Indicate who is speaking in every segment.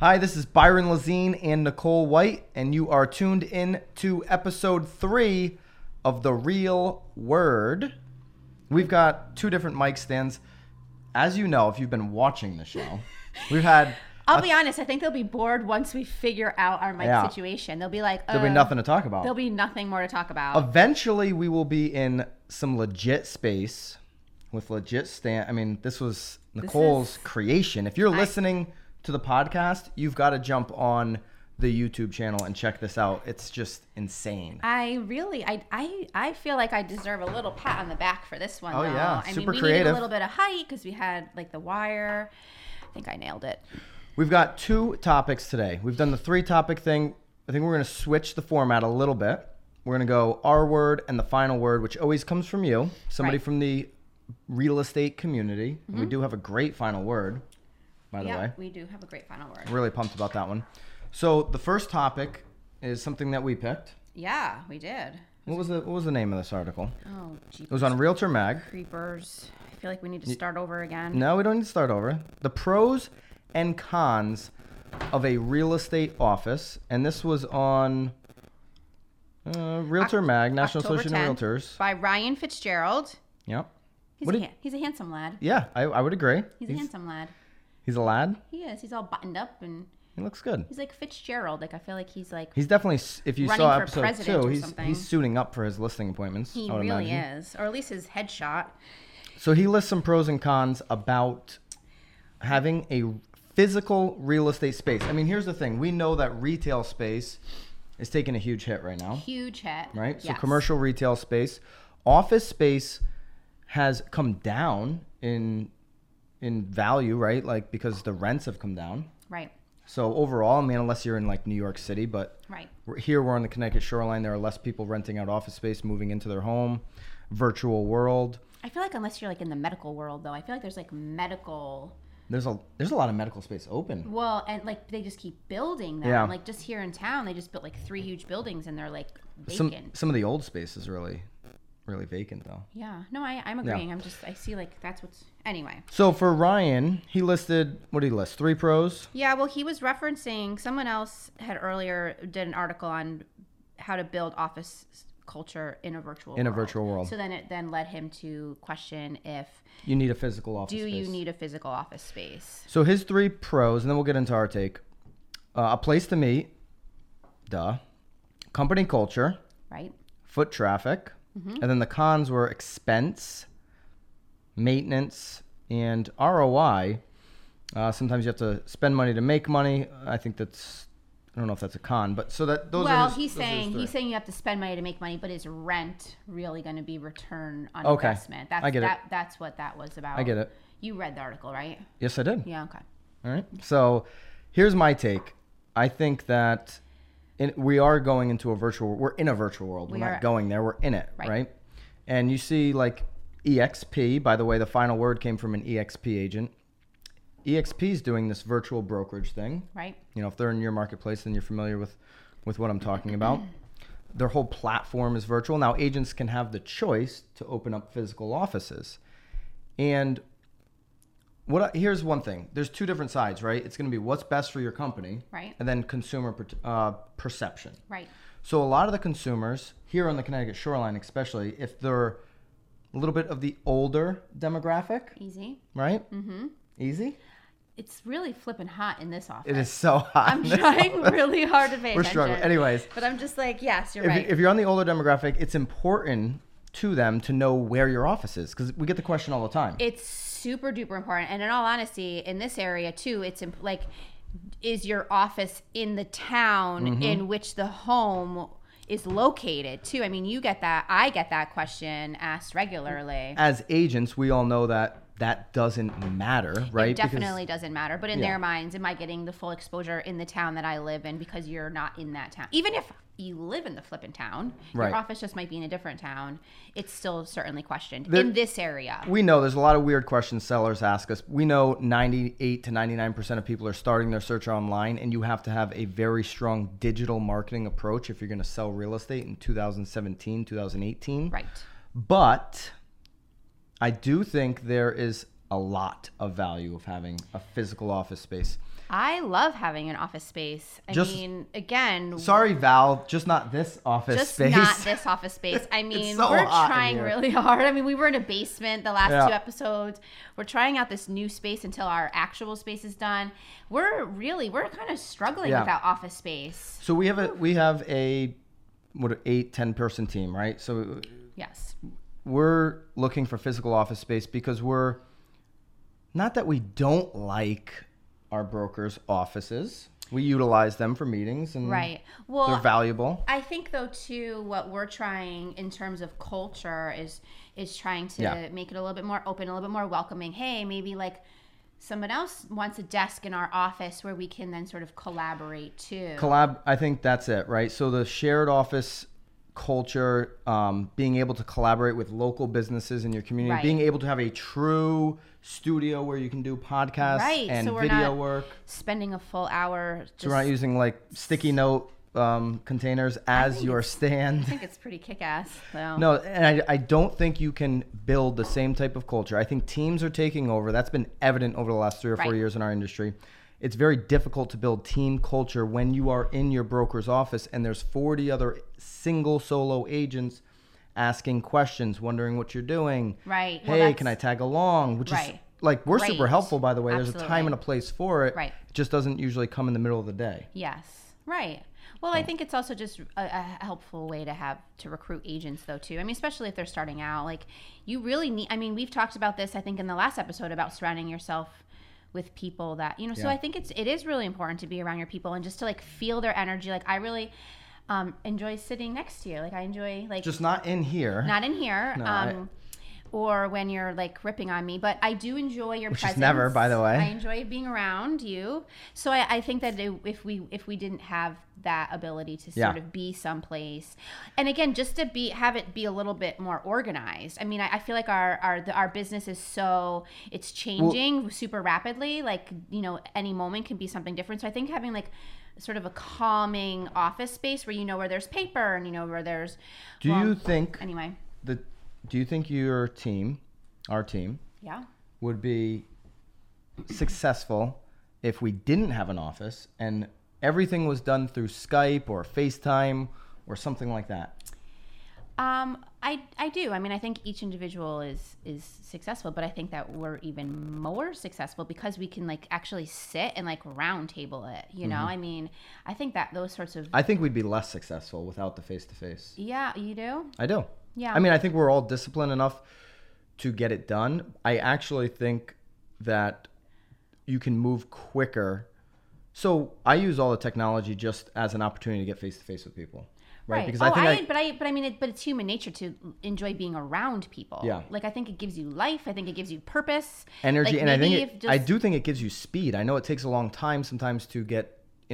Speaker 1: Hi, this is Byron Lazine and Nicole White, and you are tuned in to episode three of The Real Word. We've got two different mic stands. As you know, if you've been watching the show, we've had
Speaker 2: I'll be honest. I think they'll be bored once we figure out our mic
Speaker 1: Yeah.
Speaker 2: situation. They'll be like,
Speaker 1: there'll be
Speaker 2: "Uh,
Speaker 1: nothing to talk about.
Speaker 2: There'll be nothing more to talk about.
Speaker 1: Eventually, we will be in some legit space with legit stand. I mean, this was Nicole's
Speaker 2: is-
Speaker 1: creation. If you're listening to the podcast, you've got to jump on the YouTube channel and check this out. It's just insane.
Speaker 2: I really, I, I, I feel like I deserve a little pat on the back for this one.
Speaker 1: Oh,
Speaker 2: though.
Speaker 1: yeah.
Speaker 2: I mean,
Speaker 1: Super
Speaker 2: we needed
Speaker 1: creative.
Speaker 2: a little bit of height because we had like the wire. I think I nailed it.
Speaker 1: We've got two topics today. We've done the three topic thing. I think we're going to switch the format a little bit. We're going to go our word and the final word, which always comes from you, somebody
Speaker 2: Right. Mm-hmm.
Speaker 1: from the real estate community. And we do have a great final word, by the way.
Speaker 2: Yeah, we do have a great final word.
Speaker 1: Really pumped about that one. So the first topic is something that we picked.
Speaker 2: Yeah, we did.
Speaker 1: What was the what was the name of this article?
Speaker 2: Oh,
Speaker 1: It
Speaker 2: jeepers
Speaker 1: was on Realtor Mag.
Speaker 2: creepers. I feel like we need to start over again.
Speaker 1: No, we don't need to start over. The pros and cons of a real estate office, and this was on uh, Realtor Mag, National
Speaker 2: October
Speaker 1: Association of
Speaker 2: 10th,
Speaker 1: Realtors.
Speaker 2: By Ryan Fitzgerald.
Speaker 1: Yep.
Speaker 2: He's,
Speaker 1: What
Speaker 2: a,
Speaker 1: did-
Speaker 2: han- he's a handsome lad.
Speaker 1: Yeah, I, I would agree.
Speaker 2: He's, a handsome lad.
Speaker 1: he's a lad.
Speaker 2: He is. He's all buttoned up and
Speaker 1: He looks good.
Speaker 2: he's like Fitzgerald. Like I feel like he's like
Speaker 1: He's definitely, s- if you
Speaker 2: Running
Speaker 1: saw
Speaker 2: for
Speaker 1: episode
Speaker 2: president
Speaker 1: two,
Speaker 2: or
Speaker 1: he's,
Speaker 2: something.
Speaker 1: he's suiting up for his listing appointments.
Speaker 2: he
Speaker 1: I would
Speaker 2: really
Speaker 1: imagine.
Speaker 2: is, or at least his headshot.
Speaker 1: So he lists some pros and cons about having a physical real estate space. I mean, here's the thing we know that retail space is taking a huge hit right now.
Speaker 2: Huge head.
Speaker 1: right? So
Speaker 2: Yes.
Speaker 1: commercial retail space, office space has come down in in value, right? Like because the rents have come down.
Speaker 2: Right.
Speaker 1: So overall, I mean, unless you're in like New York City, but
Speaker 2: Right.
Speaker 1: we're- here we're on the Connecticut shoreline. There are less people renting out office space, moving into their home. Virtual world.
Speaker 2: I feel like unless you're like in the medical world, though, I feel like there's like medical.
Speaker 1: There's a there's a lot of medical space open.
Speaker 2: Well, and like they just keep building them.
Speaker 1: Yeah.
Speaker 2: Like just here in town, they just built like three huge buildings, and they're like
Speaker 1: Some
Speaker 2: vacant.
Speaker 1: some of the old space is really really vacant though.
Speaker 2: Yeah. No, I, I'm agreeing. I'm just I see like that's what's anyway.
Speaker 1: So for Ryan, he listed what did he list? Three pros.
Speaker 2: Yeah, well, he was referencing someone else had earlier did an article on how to build office culture in a virtual
Speaker 1: In a
Speaker 2: world.
Speaker 1: virtual world.
Speaker 2: So then it then led him to question if
Speaker 1: You need a physical office.
Speaker 2: do
Speaker 1: space.
Speaker 2: you need a physical office space?
Speaker 1: So his three pros, and then we'll get into our take: uh, a place to meet, duh, company culture,
Speaker 2: Right.
Speaker 1: foot traffic,
Speaker 2: Mm-hmm.
Speaker 1: and then the cons were expense, maintenance, and ROI. Uh, sometimes you have to spend money to make money. I think that's I don't know if that's a con, but so that those are
Speaker 2: well,
Speaker 1: his-
Speaker 2: he's
Speaker 1: those are his
Speaker 2: saying
Speaker 1: three.
Speaker 2: he's saying you have to spend money to make money, but is rent really going to be return on
Speaker 1: Okay.
Speaker 2: investment? That's
Speaker 1: I get it.
Speaker 2: that, That's what that was about.
Speaker 1: I get it.
Speaker 2: You read the article, right?
Speaker 1: Yes, I did.
Speaker 2: Yeah. Okay.
Speaker 1: All right. So here's my take. I think that in, we are going into a virtual. We're in a virtual world. We're
Speaker 2: We
Speaker 1: not
Speaker 2: are.
Speaker 1: going there. We're in it, right.
Speaker 2: Right.
Speaker 1: And you see, like EXP. By the way, the final word came from an EXP agent. EXP is doing this virtual brokerage thing.
Speaker 2: Right.
Speaker 1: You know, if they're in your marketplace, then you're familiar with with what I'm talking about. Their whole platform is virtual. Now agents can have the choice to open up physical offices. And what I, here's one thing. There's two different sides, right? It's going to be what's best for your company,
Speaker 2: Right.
Speaker 1: And then consumer per, uh, perception.
Speaker 2: Right.
Speaker 1: So a lot of the consumers here on the Connecticut shoreline, especially if they're a little bit of the older demographic,
Speaker 2: Easy.
Speaker 1: right? Mm-hmm. Easy.
Speaker 2: It's really flipping hot in this office.
Speaker 1: It is so hot.
Speaker 2: I'm
Speaker 1: in this
Speaker 2: trying really hard to pay
Speaker 1: We're
Speaker 2: attention.
Speaker 1: struggling. Anyways.
Speaker 2: But I'm just like, yes, you're
Speaker 1: if,
Speaker 2: right.
Speaker 1: if you're on the older demographic, it's important to them to know where your office is because we get the question all the time.
Speaker 2: it's super duper important. And in all honesty, in this area too, it's imp- like, is your office in the town
Speaker 1: Mm-hmm.
Speaker 2: in which the home is located too? I mean, you get that. I get that question asked regularly.
Speaker 1: As agents, we all know that that doesn't matter, right?
Speaker 2: It definitely doesn't matter. But in
Speaker 1: Yeah.
Speaker 2: their minds, am I getting the full exposure in the town that I live in because you're not in that town? Even if you live in the flippin' town,
Speaker 1: Right.
Speaker 2: your office just might be in a different town, it's still certainly questioned
Speaker 1: There-
Speaker 2: in this area.
Speaker 1: Because we know there's a lot of weird questions sellers ask us. We know 98 to 99% of people are starting their search online, and you have to have a very strong digital marketing approach if you're going to sell real estate in 2017, 2018.
Speaker 2: right.
Speaker 1: But I do think there is a lot of value of having a physical office space.
Speaker 2: I love having an office space. I
Speaker 1: Just-
Speaker 2: mean, again,
Speaker 1: Sorry, Val, just not this office
Speaker 2: just
Speaker 1: space.
Speaker 2: not this office space. I mean,
Speaker 1: so
Speaker 2: we're
Speaker 1: hot in
Speaker 2: trying
Speaker 1: here.
Speaker 2: really hard. I mean, we were in a basement the last
Speaker 1: Yeah.
Speaker 2: two episodes. We're trying out this new space until our actual space is done. We're really we're kind of struggling
Speaker 1: Yeah.
Speaker 2: without office space.
Speaker 1: so we have a we have a what eight ten person team, right? So
Speaker 2: Yes.
Speaker 1: Mm. we're looking for physical office space because we're not that we don't like our brokers' offices. We utilize them for meetings and
Speaker 2: Right.
Speaker 1: they're
Speaker 2: Well,
Speaker 1: valuable.
Speaker 2: I think though too, what we're trying in terms of culture is is trying to
Speaker 1: Yeah.
Speaker 2: make it a little bit more open, a little bit more welcoming. Hey, maybe like someone else wants a desk in our office where we can then sort of collaborate too.
Speaker 1: Collab, I think that's it, right? So the shared office culture, um, being able to collaborate with local businesses in your community,
Speaker 2: Right.
Speaker 1: being able to have a true studio where you can do podcasts
Speaker 2: Right,
Speaker 1: and
Speaker 2: so we're
Speaker 1: video
Speaker 2: not
Speaker 1: work.
Speaker 2: Spending a full hour. Just,
Speaker 1: So we're not using like sticky note um, containers as your stand.
Speaker 2: I think it's pretty kick ass though.
Speaker 1: No, and I, I don't think you can build the same type of culture. I think teams are taking over. That's been evident over the last three or four
Speaker 2: Right.
Speaker 1: years in our industry. It's very difficult to build team culture when you are in your broker's office and there's 40 other single solo agents asking questions, wondering what you're doing.
Speaker 2: Right. Well,
Speaker 1: Hey, can I
Speaker 2: that's-
Speaker 1: tag along? Which is
Speaker 2: Right.
Speaker 1: like we're super
Speaker 2: Great.
Speaker 1: helpful by the way. There's a time
Speaker 2: Absolutely.
Speaker 1: and a place for it.
Speaker 2: Right.
Speaker 1: It just doesn't usually come in the middle of the day.
Speaker 2: Yes. Right. Well, I think it's also just a, a helpful way to have to recruit agents, though, too. I mean, especially if they're starting out. Like, you really need, I mean, we've talked about this, I think, in the last episode about surrounding yourself with people that, you know, so
Speaker 1: Yeah.
Speaker 2: I think it's, it is really important to be around your people and just to like feel their energy. Like, I really um, enjoy sitting next to you. Like, I enjoy, like,
Speaker 1: Just not in here.
Speaker 2: not in here.
Speaker 1: No, I-
Speaker 2: um, or when you're like ripping on me, but I do enjoy your
Speaker 1: Which is
Speaker 2: presence.
Speaker 1: never, by the way.
Speaker 2: I enjoy being around you. So I, I think that i- if we if we didn't have that ability to
Speaker 1: Yeah.
Speaker 2: sort of be someplace, and again, just to be have it be a little bit more organized. I mean, I, I feel like our our the, our business is so it's changing super rapidly. Like you know, any moment can be something different. So I think having like sort of a calming office space where you know where there's paper and you know where there's
Speaker 1: do
Speaker 2: well,
Speaker 1: you think
Speaker 2: anyway
Speaker 1: the do you think your team our team
Speaker 2: Yeah.
Speaker 1: would be successful if we didn't have an office and everything was done through Skype or FaceTime or something like that
Speaker 2: Um, I I do. I mean, I think each individual is is successful, but I think that we're even more successful because we can like actually sit and like round table it. You
Speaker 1: Mm-hmm.
Speaker 2: know, I mean, I think that those sorts of
Speaker 1: i think we'd be less successful without the face to face
Speaker 2: yeah, you do.
Speaker 1: i do
Speaker 2: Yeah.
Speaker 1: i mean i think we're all disciplined enough to get it done i actually think that you can move quicker so i use all the technology just as an opportunity to get face to face with people right, because
Speaker 2: oh,
Speaker 1: i think I,
Speaker 2: but I but I mean, it, but it's human nature to enjoy being around people.
Speaker 1: Yeah.
Speaker 2: Like I think it gives you life. I think it gives you purpose,
Speaker 1: energy
Speaker 2: Like,
Speaker 1: and i think
Speaker 2: maybe
Speaker 1: it,
Speaker 2: if
Speaker 1: i
Speaker 2: just-
Speaker 1: do think it gives you speed i know it takes a long time sometimes to get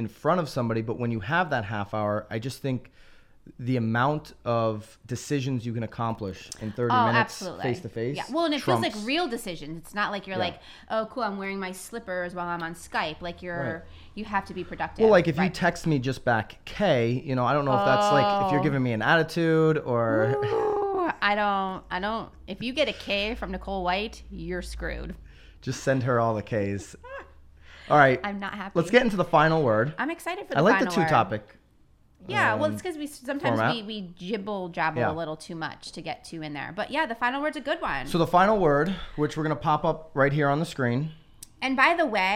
Speaker 1: in front of somebody but when you have that half hour i just think the amount of decisions you can accomplish in 30 minutes face to face
Speaker 2: Oh, Yeah. Well, and it feels
Speaker 1: trumps-
Speaker 2: like real decisions. It's not like you're like, oh, cool, I'm wearing my slippers while I'm on Skype. Like you're,
Speaker 1: Right.
Speaker 2: you have to be productive.
Speaker 1: well, like if you
Speaker 2: Right.
Speaker 1: text me just back K, you know, I don't know if that's like if you're
Speaker 2: Oh.
Speaker 1: giving me an attitude or
Speaker 2: Ooh, I don't. I don't. If you get a K from Nicole White, you're screwed.
Speaker 1: just send her all the K's. All right,
Speaker 2: I'm not happy.
Speaker 1: let's get into the final word.
Speaker 2: I'm excited for the.
Speaker 1: I like the
Speaker 2: final
Speaker 1: two
Speaker 2: word.
Speaker 1: topic.
Speaker 2: Yeah, well,
Speaker 1: um,
Speaker 2: it's because we sometimes
Speaker 1: format.
Speaker 2: we, we jibble jabble
Speaker 1: Yeah.
Speaker 2: a little too much to get to in there. But yeah, the final word's a good one.
Speaker 1: So the final word, which we're gonna pop up right here on the screen.
Speaker 2: and by the way,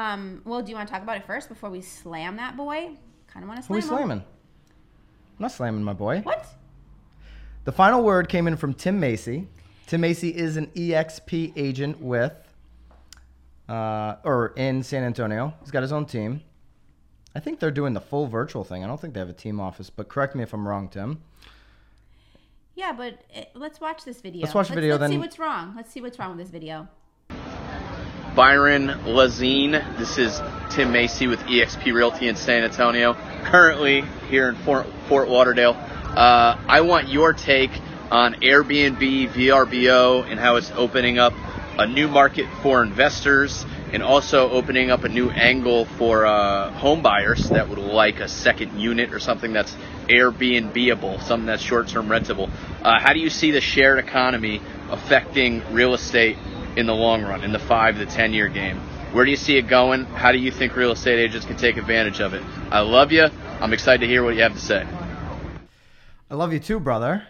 Speaker 2: um, well, do you want to talk about it first before we slam that boy? Kind of want to
Speaker 1: Who
Speaker 2: slam.
Speaker 1: we
Speaker 2: him.
Speaker 1: slamming? I'm not slamming, my boy.
Speaker 2: What?
Speaker 1: The final word came in from Tim Macy. Tim Macy is an EXP agent with, uh, or in San Antonio. He's got his own team. I think they're doing the full virtual thing. I don't think they have a team office, but correct me if I'm wrong, Tim.
Speaker 2: Yeah, but it, let's watch this video.
Speaker 1: Let's watch the video,
Speaker 2: Let's see
Speaker 1: then-
Speaker 2: what's wrong. Let's see what's wrong with this video.
Speaker 3: Byron Lazine. This is Tim Macy with EXP Realty in San Antonio, currently here in Fort, Fort Lauderdale. Uh, I want your take on Airbnb, VRBO, and how it's opening up a new market for investors and also opening up a new angle for uh, home buyers that would like a second unit or something that's Airbnb-able, something that's short-term rentable. Uh, how do you see the shared economy affecting real estate in the long run, in the five to ten year game. Where do you see it going? How do you think real estate agents can take advantage of it? I love you. I'm excited to hear what you have to say.
Speaker 1: I love you too, brother.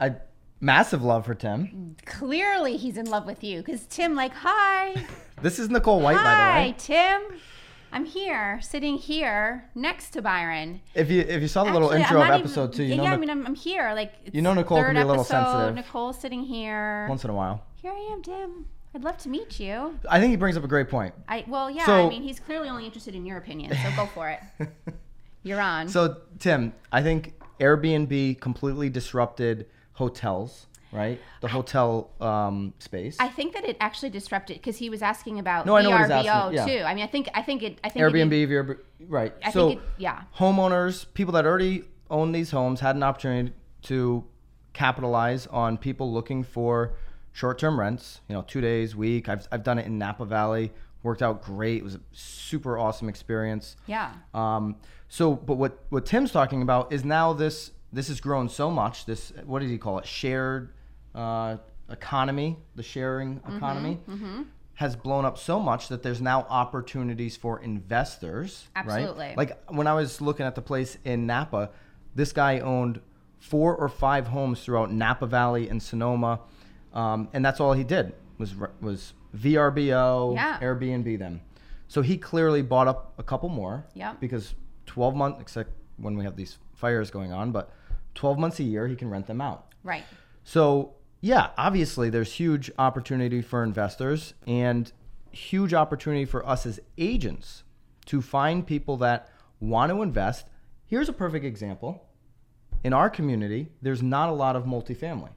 Speaker 1: I massive love for
Speaker 2: Mm.
Speaker 1: Tim.
Speaker 2: Clearly, he's in love with you because Tim, like, hi,
Speaker 1: This is Nicole White, by the
Speaker 2: hi,
Speaker 1: way.
Speaker 2: Tim. I'm here, sitting here next to Byron.
Speaker 1: If you if you saw the little
Speaker 2: Actually,
Speaker 1: intro
Speaker 2: I'm
Speaker 1: of
Speaker 2: not
Speaker 1: episode
Speaker 2: even-
Speaker 1: two, you know
Speaker 2: yeah, I
Speaker 1: Nic-
Speaker 2: mean, I'm, I'm here. Like, it's
Speaker 1: know Nicole can
Speaker 2: third
Speaker 1: be a little
Speaker 2: episode,
Speaker 1: sensitive.
Speaker 2: Nicole's sitting here.
Speaker 1: once in a while.
Speaker 2: Here I am, Tim. I'd love to meet you.
Speaker 1: I think he brings up a great point.
Speaker 2: I well, yeah. I
Speaker 1: So-
Speaker 2: mean, he's clearly only interested in your opinion, so go for it. You're on.
Speaker 1: So Tim, I think Airbnb completely disrupted hotels, right? The hotel um, space.
Speaker 2: I think that it actually disrupted because he was asking about E
Speaker 1: No, I know what he's
Speaker 2: VRBO
Speaker 1: asking, yeah.
Speaker 2: too. I mean, I think I think it. I think it-
Speaker 1: Airbnb, Airbnb, right?
Speaker 2: I
Speaker 1: so
Speaker 2: think it, yeah.
Speaker 1: homeowners, people that already own these homes, had an opportunity to capitalize on people looking for short-term rents. You know, two days, week. I've I've done it in Napa Valley. Worked out great. It was a super awesome experience.
Speaker 2: Yeah.
Speaker 1: Um, so, but what what Tim's talking about is now this this has grown so much. This what does he call it? Shared uh, economy, the sharing
Speaker 2: Mm-hmm,
Speaker 1: economy, has blown up so much that there's now opportunities for investors. right?
Speaker 2: Absolutely.
Speaker 1: Like when I was looking at the place in Napa, this guy owned four or five homes throughout Napa Valley and Sonoma, um, and that's all he did was re- was VRBO,
Speaker 2: Yeah.
Speaker 1: Airbnb them. So he clearly bought up a couple more.
Speaker 2: Yep.
Speaker 1: Because 12 months, except when we have these fires going on, but 12 months a year, he can rent them out.
Speaker 2: Right.
Speaker 1: So, yeah, obviously there's huge opportunity for investors and huge opportunity for us as agents to find people that want to invest. Here's a perfect example. In our community, there's not a lot of multifamily.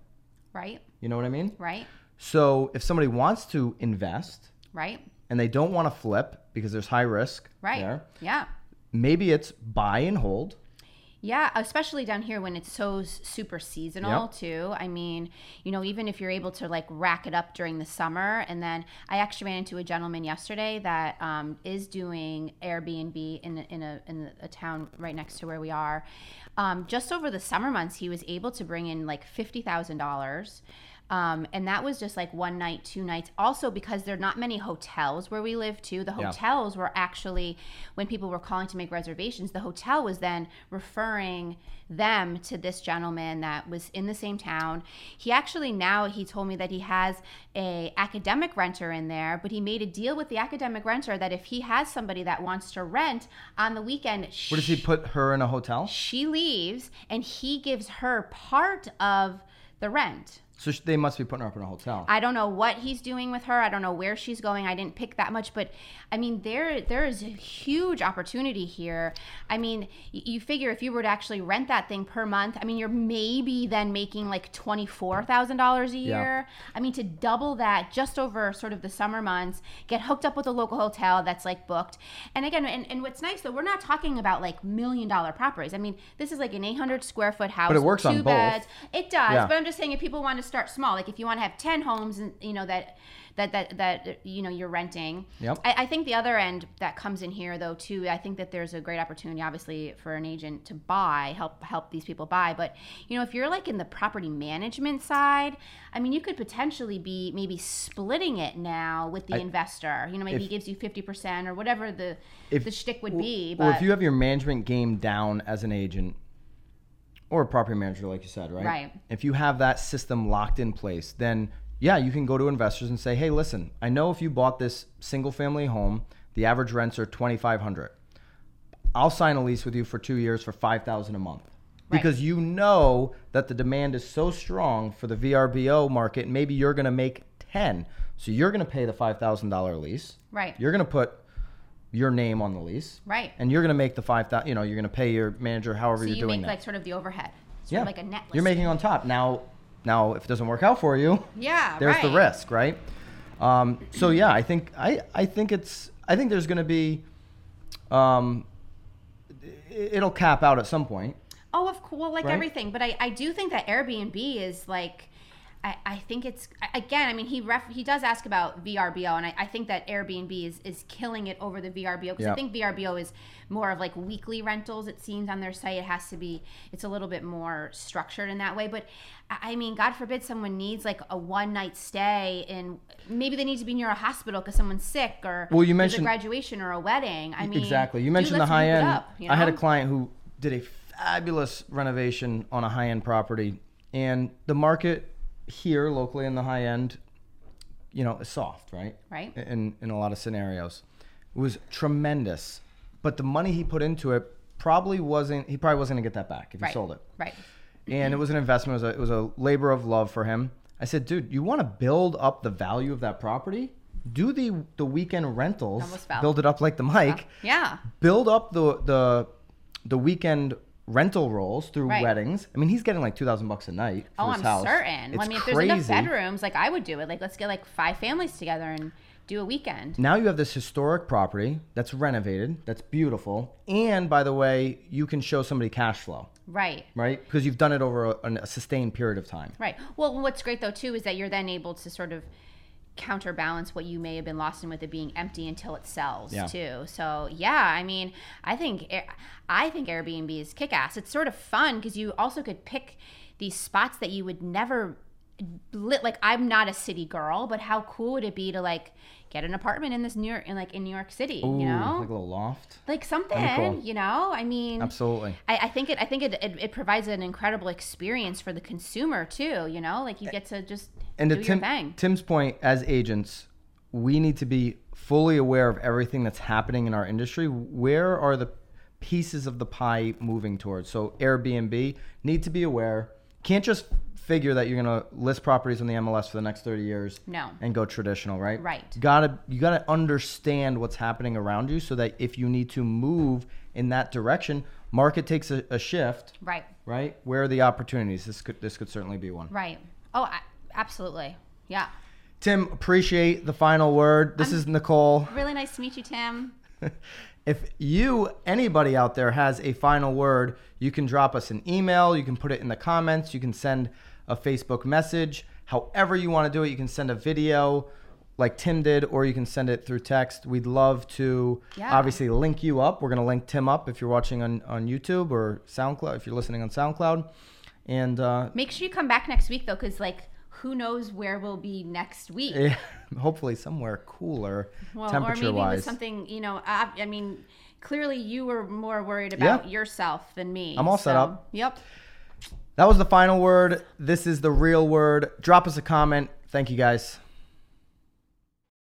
Speaker 2: Right.
Speaker 1: You know what I mean?
Speaker 2: Right.
Speaker 1: So, if somebody wants to invest
Speaker 2: Right.
Speaker 1: and they don't want to flip because there's high risk
Speaker 2: Right.
Speaker 1: there,
Speaker 2: Yeah.
Speaker 1: maybe it's buy and hold.
Speaker 2: Yeah, especially down here when it's so s- super seasonal
Speaker 1: Yep.
Speaker 2: too. I mean, you know, even if you're able to like rack it up during the summer, and then I actually ran into a gentleman yesterday that um, is doing Airbnb in a, in a in a town right next to where we are. Um, just over the summer months, he was able to bring in like fifty thousand dollars. Um, and that was just like one night, two nights. Also, because there are not many hotels where we live, too. The hotels were actually, when people were calling to make reservations, the hotel was then referring them to this gentleman that was in the same town. He actually now he told me that he has a academic renter in there, but he made a deal with the academic renter that if he has somebody that wants to rent on the weekend,
Speaker 1: What does he put her in a hotel?
Speaker 2: she leaves and he gives her part of the rent.
Speaker 1: So sh- they must be putting her up in a hotel.
Speaker 2: I don't know what he's doing with her. I don't know where she's going. I didn't pick that much, but I mean, there there is a huge opportunity here. I mean, y- you figure if you were to actually rent that thing per month, I mean, you're maybe then making like twenty four thousand dollars a year. I mean, to double that just over sort of the summer months, get hooked up with a local hotel that's like booked. And again, and, and what's nice though, we're not talking about like million dollar properties. I mean, this is like an eight hundred square foot house,
Speaker 1: it works
Speaker 2: two
Speaker 1: on both.
Speaker 2: beds. It does,
Speaker 1: Yeah.
Speaker 2: but I'm just saying if people want to start small, like if you want to have ten homes, and you know that that that that you know you're renting.
Speaker 1: Yep.
Speaker 2: I, I think the other end that comes in here though too. I think that there's a great opportunity, obviously, for an agent to buy, help help these people buy. But you know, if you're like in the property management side, I mean, you could potentially be maybe splitting it now with the investor. You know, maybe
Speaker 1: if-
Speaker 2: he gives you fifty percent or whatever the
Speaker 1: If-
Speaker 2: the shtick would
Speaker 1: Well-
Speaker 2: be. But
Speaker 1: Well, if you have your management game down as an agent or a property manager, like you said, right?
Speaker 2: Right.
Speaker 1: If you have that system locked in place, then yeah, you can go to investors and say, hey, listen, I know if you bought this single family home, the average rents are 2500 I'll sign a lease with you for two years for 5000 a month. Because you know that the demand is so strong for the VRBO market, maybe you're going to make 10. So you're going to pay the $5,000 lease.
Speaker 2: right,
Speaker 1: You're going to put your name on the lease.
Speaker 2: right.
Speaker 1: And you're going to make the 5000 you know, you're going to pay your manager however
Speaker 2: so
Speaker 1: you're
Speaker 2: you
Speaker 1: doing
Speaker 2: make
Speaker 1: that.
Speaker 2: like sort of the overhead, sort
Speaker 1: yeah.
Speaker 2: of like a net.
Speaker 1: You're making
Speaker 2: listing.
Speaker 1: on top. Now now if it doesn't work out for you,
Speaker 2: yeah.
Speaker 1: there's the
Speaker 2: right.
Speaker 1: risk, right? Um, so yeah, I think I I think it's I think there's going to be um i- it'll cap out at some point.
Speaker 2: Oh, of course, well, like
Speaker 1: Right?
Speaker 2: everything. But I, I do think that Airbnb is like, I, I think it's again. I mean, he ref, he does ask about VRBO, and I, I think that Airbnb is is killing it over the VRBO because
Speaker 1: Yeah.
Speaker 2: I think VRBO is more of like weekly rentals. It seems on their site it has to be. It's a little bit more structured in that way. But I I mean, God forbid someone needs like a one night stay, and maybe they need to be near a hospital because someone's sick or
Speaker 1: Well, you
Speaker 2: there's
Speaker 1: mentioned- E,
Speaker 2: a graduation or a wedding. I mean,
Speaker 1: exactly. You
Speaker 2: dude,
Speaker 1: mentioned the
Speaker 2: let's
Speaker 1: high
Speaker 2: move it
Speaker 1: end.
Speaker 2: up, you
Speaker 1: I had a
Speaker 2: know?
Speaker 1: client who did a fabulous renovation on a high end property, and the market here locally in the high end, you know, is soft, right?
Speaker 2: Right.
Speaker 1: In in a lot of scenarios, it was tremendous, but the money he put into it probably wasn't. He probably wasn't gonna get that back if he
Speaker 2: right.
Speaker 1: sold it
Speaker 2: Right.
Speaker 1: and it was an investment. It was, a, it was a labor of love for him. I said, dude, you want to build up the value of that property? Do the the weekend rentals,
Speaker 2: Almost fell.
Speaker 1: build it up like the mic,
Speaker 2: Yeah.
Speaker 1: build up the the the weekend rental rolls through
Speaker 2: Right.
Speaker 1: weddings. I mean, he's getting like two thousand bucks a night. For
Speaker 2: Oh,
Speaker 1: this
Speaker 2: I'm
Speaker 1: house.
Speaker 2: certain. Well,
Speaker 1: It's
Speaker 2: I mean, if
Speaker 1: crazy.
Speaker 2: there's enough bedrooms, like I would do it. Like, let's get like five families together and do a weekend.
Speaker 1: Now you have this historic property that's renovated, that's beautiful, and by the way, you can show somebody cash flow,
Speaker 2: Right.
Speaker 1: right? Because you've done it over a, an- a sustained period of time.
Speaker 2: Right. Well, what's great though too is that you're then able to sort of counterbalance what you may have been lost in with it being empty until it sells
Speaker 1: Yeah.
Speaker 2: too. So yeah, I mean, I think Air- I think Airbnb is kick ass. It's sort of fun because you also could pick these spots that you would never lit like I'm not a city girl, but how cool would it be to like get an apartment in this New York in like in New York City,
Speaker 1: Ooh,
Speaker 2: you know?
Speaker 1: like a little loft.
Speaker 2: like something
Speaker 1: cool.
Speaker 2: you know i mean
Speaker 1: Absolutely.
Speaker 2: I, I think it i think it, it it provides an incredible experience for the consumer too you know like you get to just
Speaker 1: and
Speaker 2: do
Speaker 1: to
Speaker 2: your
Speaker 1: Tim,
Speaker 2: bang
Speaker 1: Tim's point, as agents, we need to be fully aware of everything that's happening in our industry. Where are the pieces of the pie moving towards? So Airbnb need to be aware. Can't just figure that you're going to list properties on the MLS for the next 30 years
Speaker 2: No.
Speaker 1: and go traditional, right?
Speaker 2: Right.
Speaker 1: Got to you got to understand what's happening around you so that if you need to move in that direction, market takes a, a shift,
Speaker 2: right
Speaker 1: right? Where are the opportunities? This could this could certainly be one.
Speaker 2: right oh I, absolutely yeah
Speaker 1: Tim, appreciate the final word. This is Nicole.
Speaker 2: really nice to meet you tim
Speaker 1: If you, anybody out there, has a final word, you can drop us an email, you can put it in the comments, you can send a Facebook message, however you want to do it. You can send a video like Tim did, or you can send it through text. We'd love to
Speaker 2: Yeah.
Speaker 1: obviously link you up. We're going to link Tim up if you're watching on, on YouTube or SoundCloud, if you're listening on SoundCloud. And uh,
Speaker 2: make sure you come back next week though because like who knows where we'll be next week
Speaker 1: yeah, hopefully somewhere cooler
Speaker 2: well or
Speaker 1: temperature
Speaker 2: maybe
Speaker 1: wise.
Speaker 2: with something you know I, I mean clearly you were more worried about
Speaker 1: Yeah.
Speaker 2: yourself than me
Speaker 1: I'm all set up.
Speaker 2: yep
Speaker 1: That was the final word. This is the real word. Drop us a comment. Thank you guys.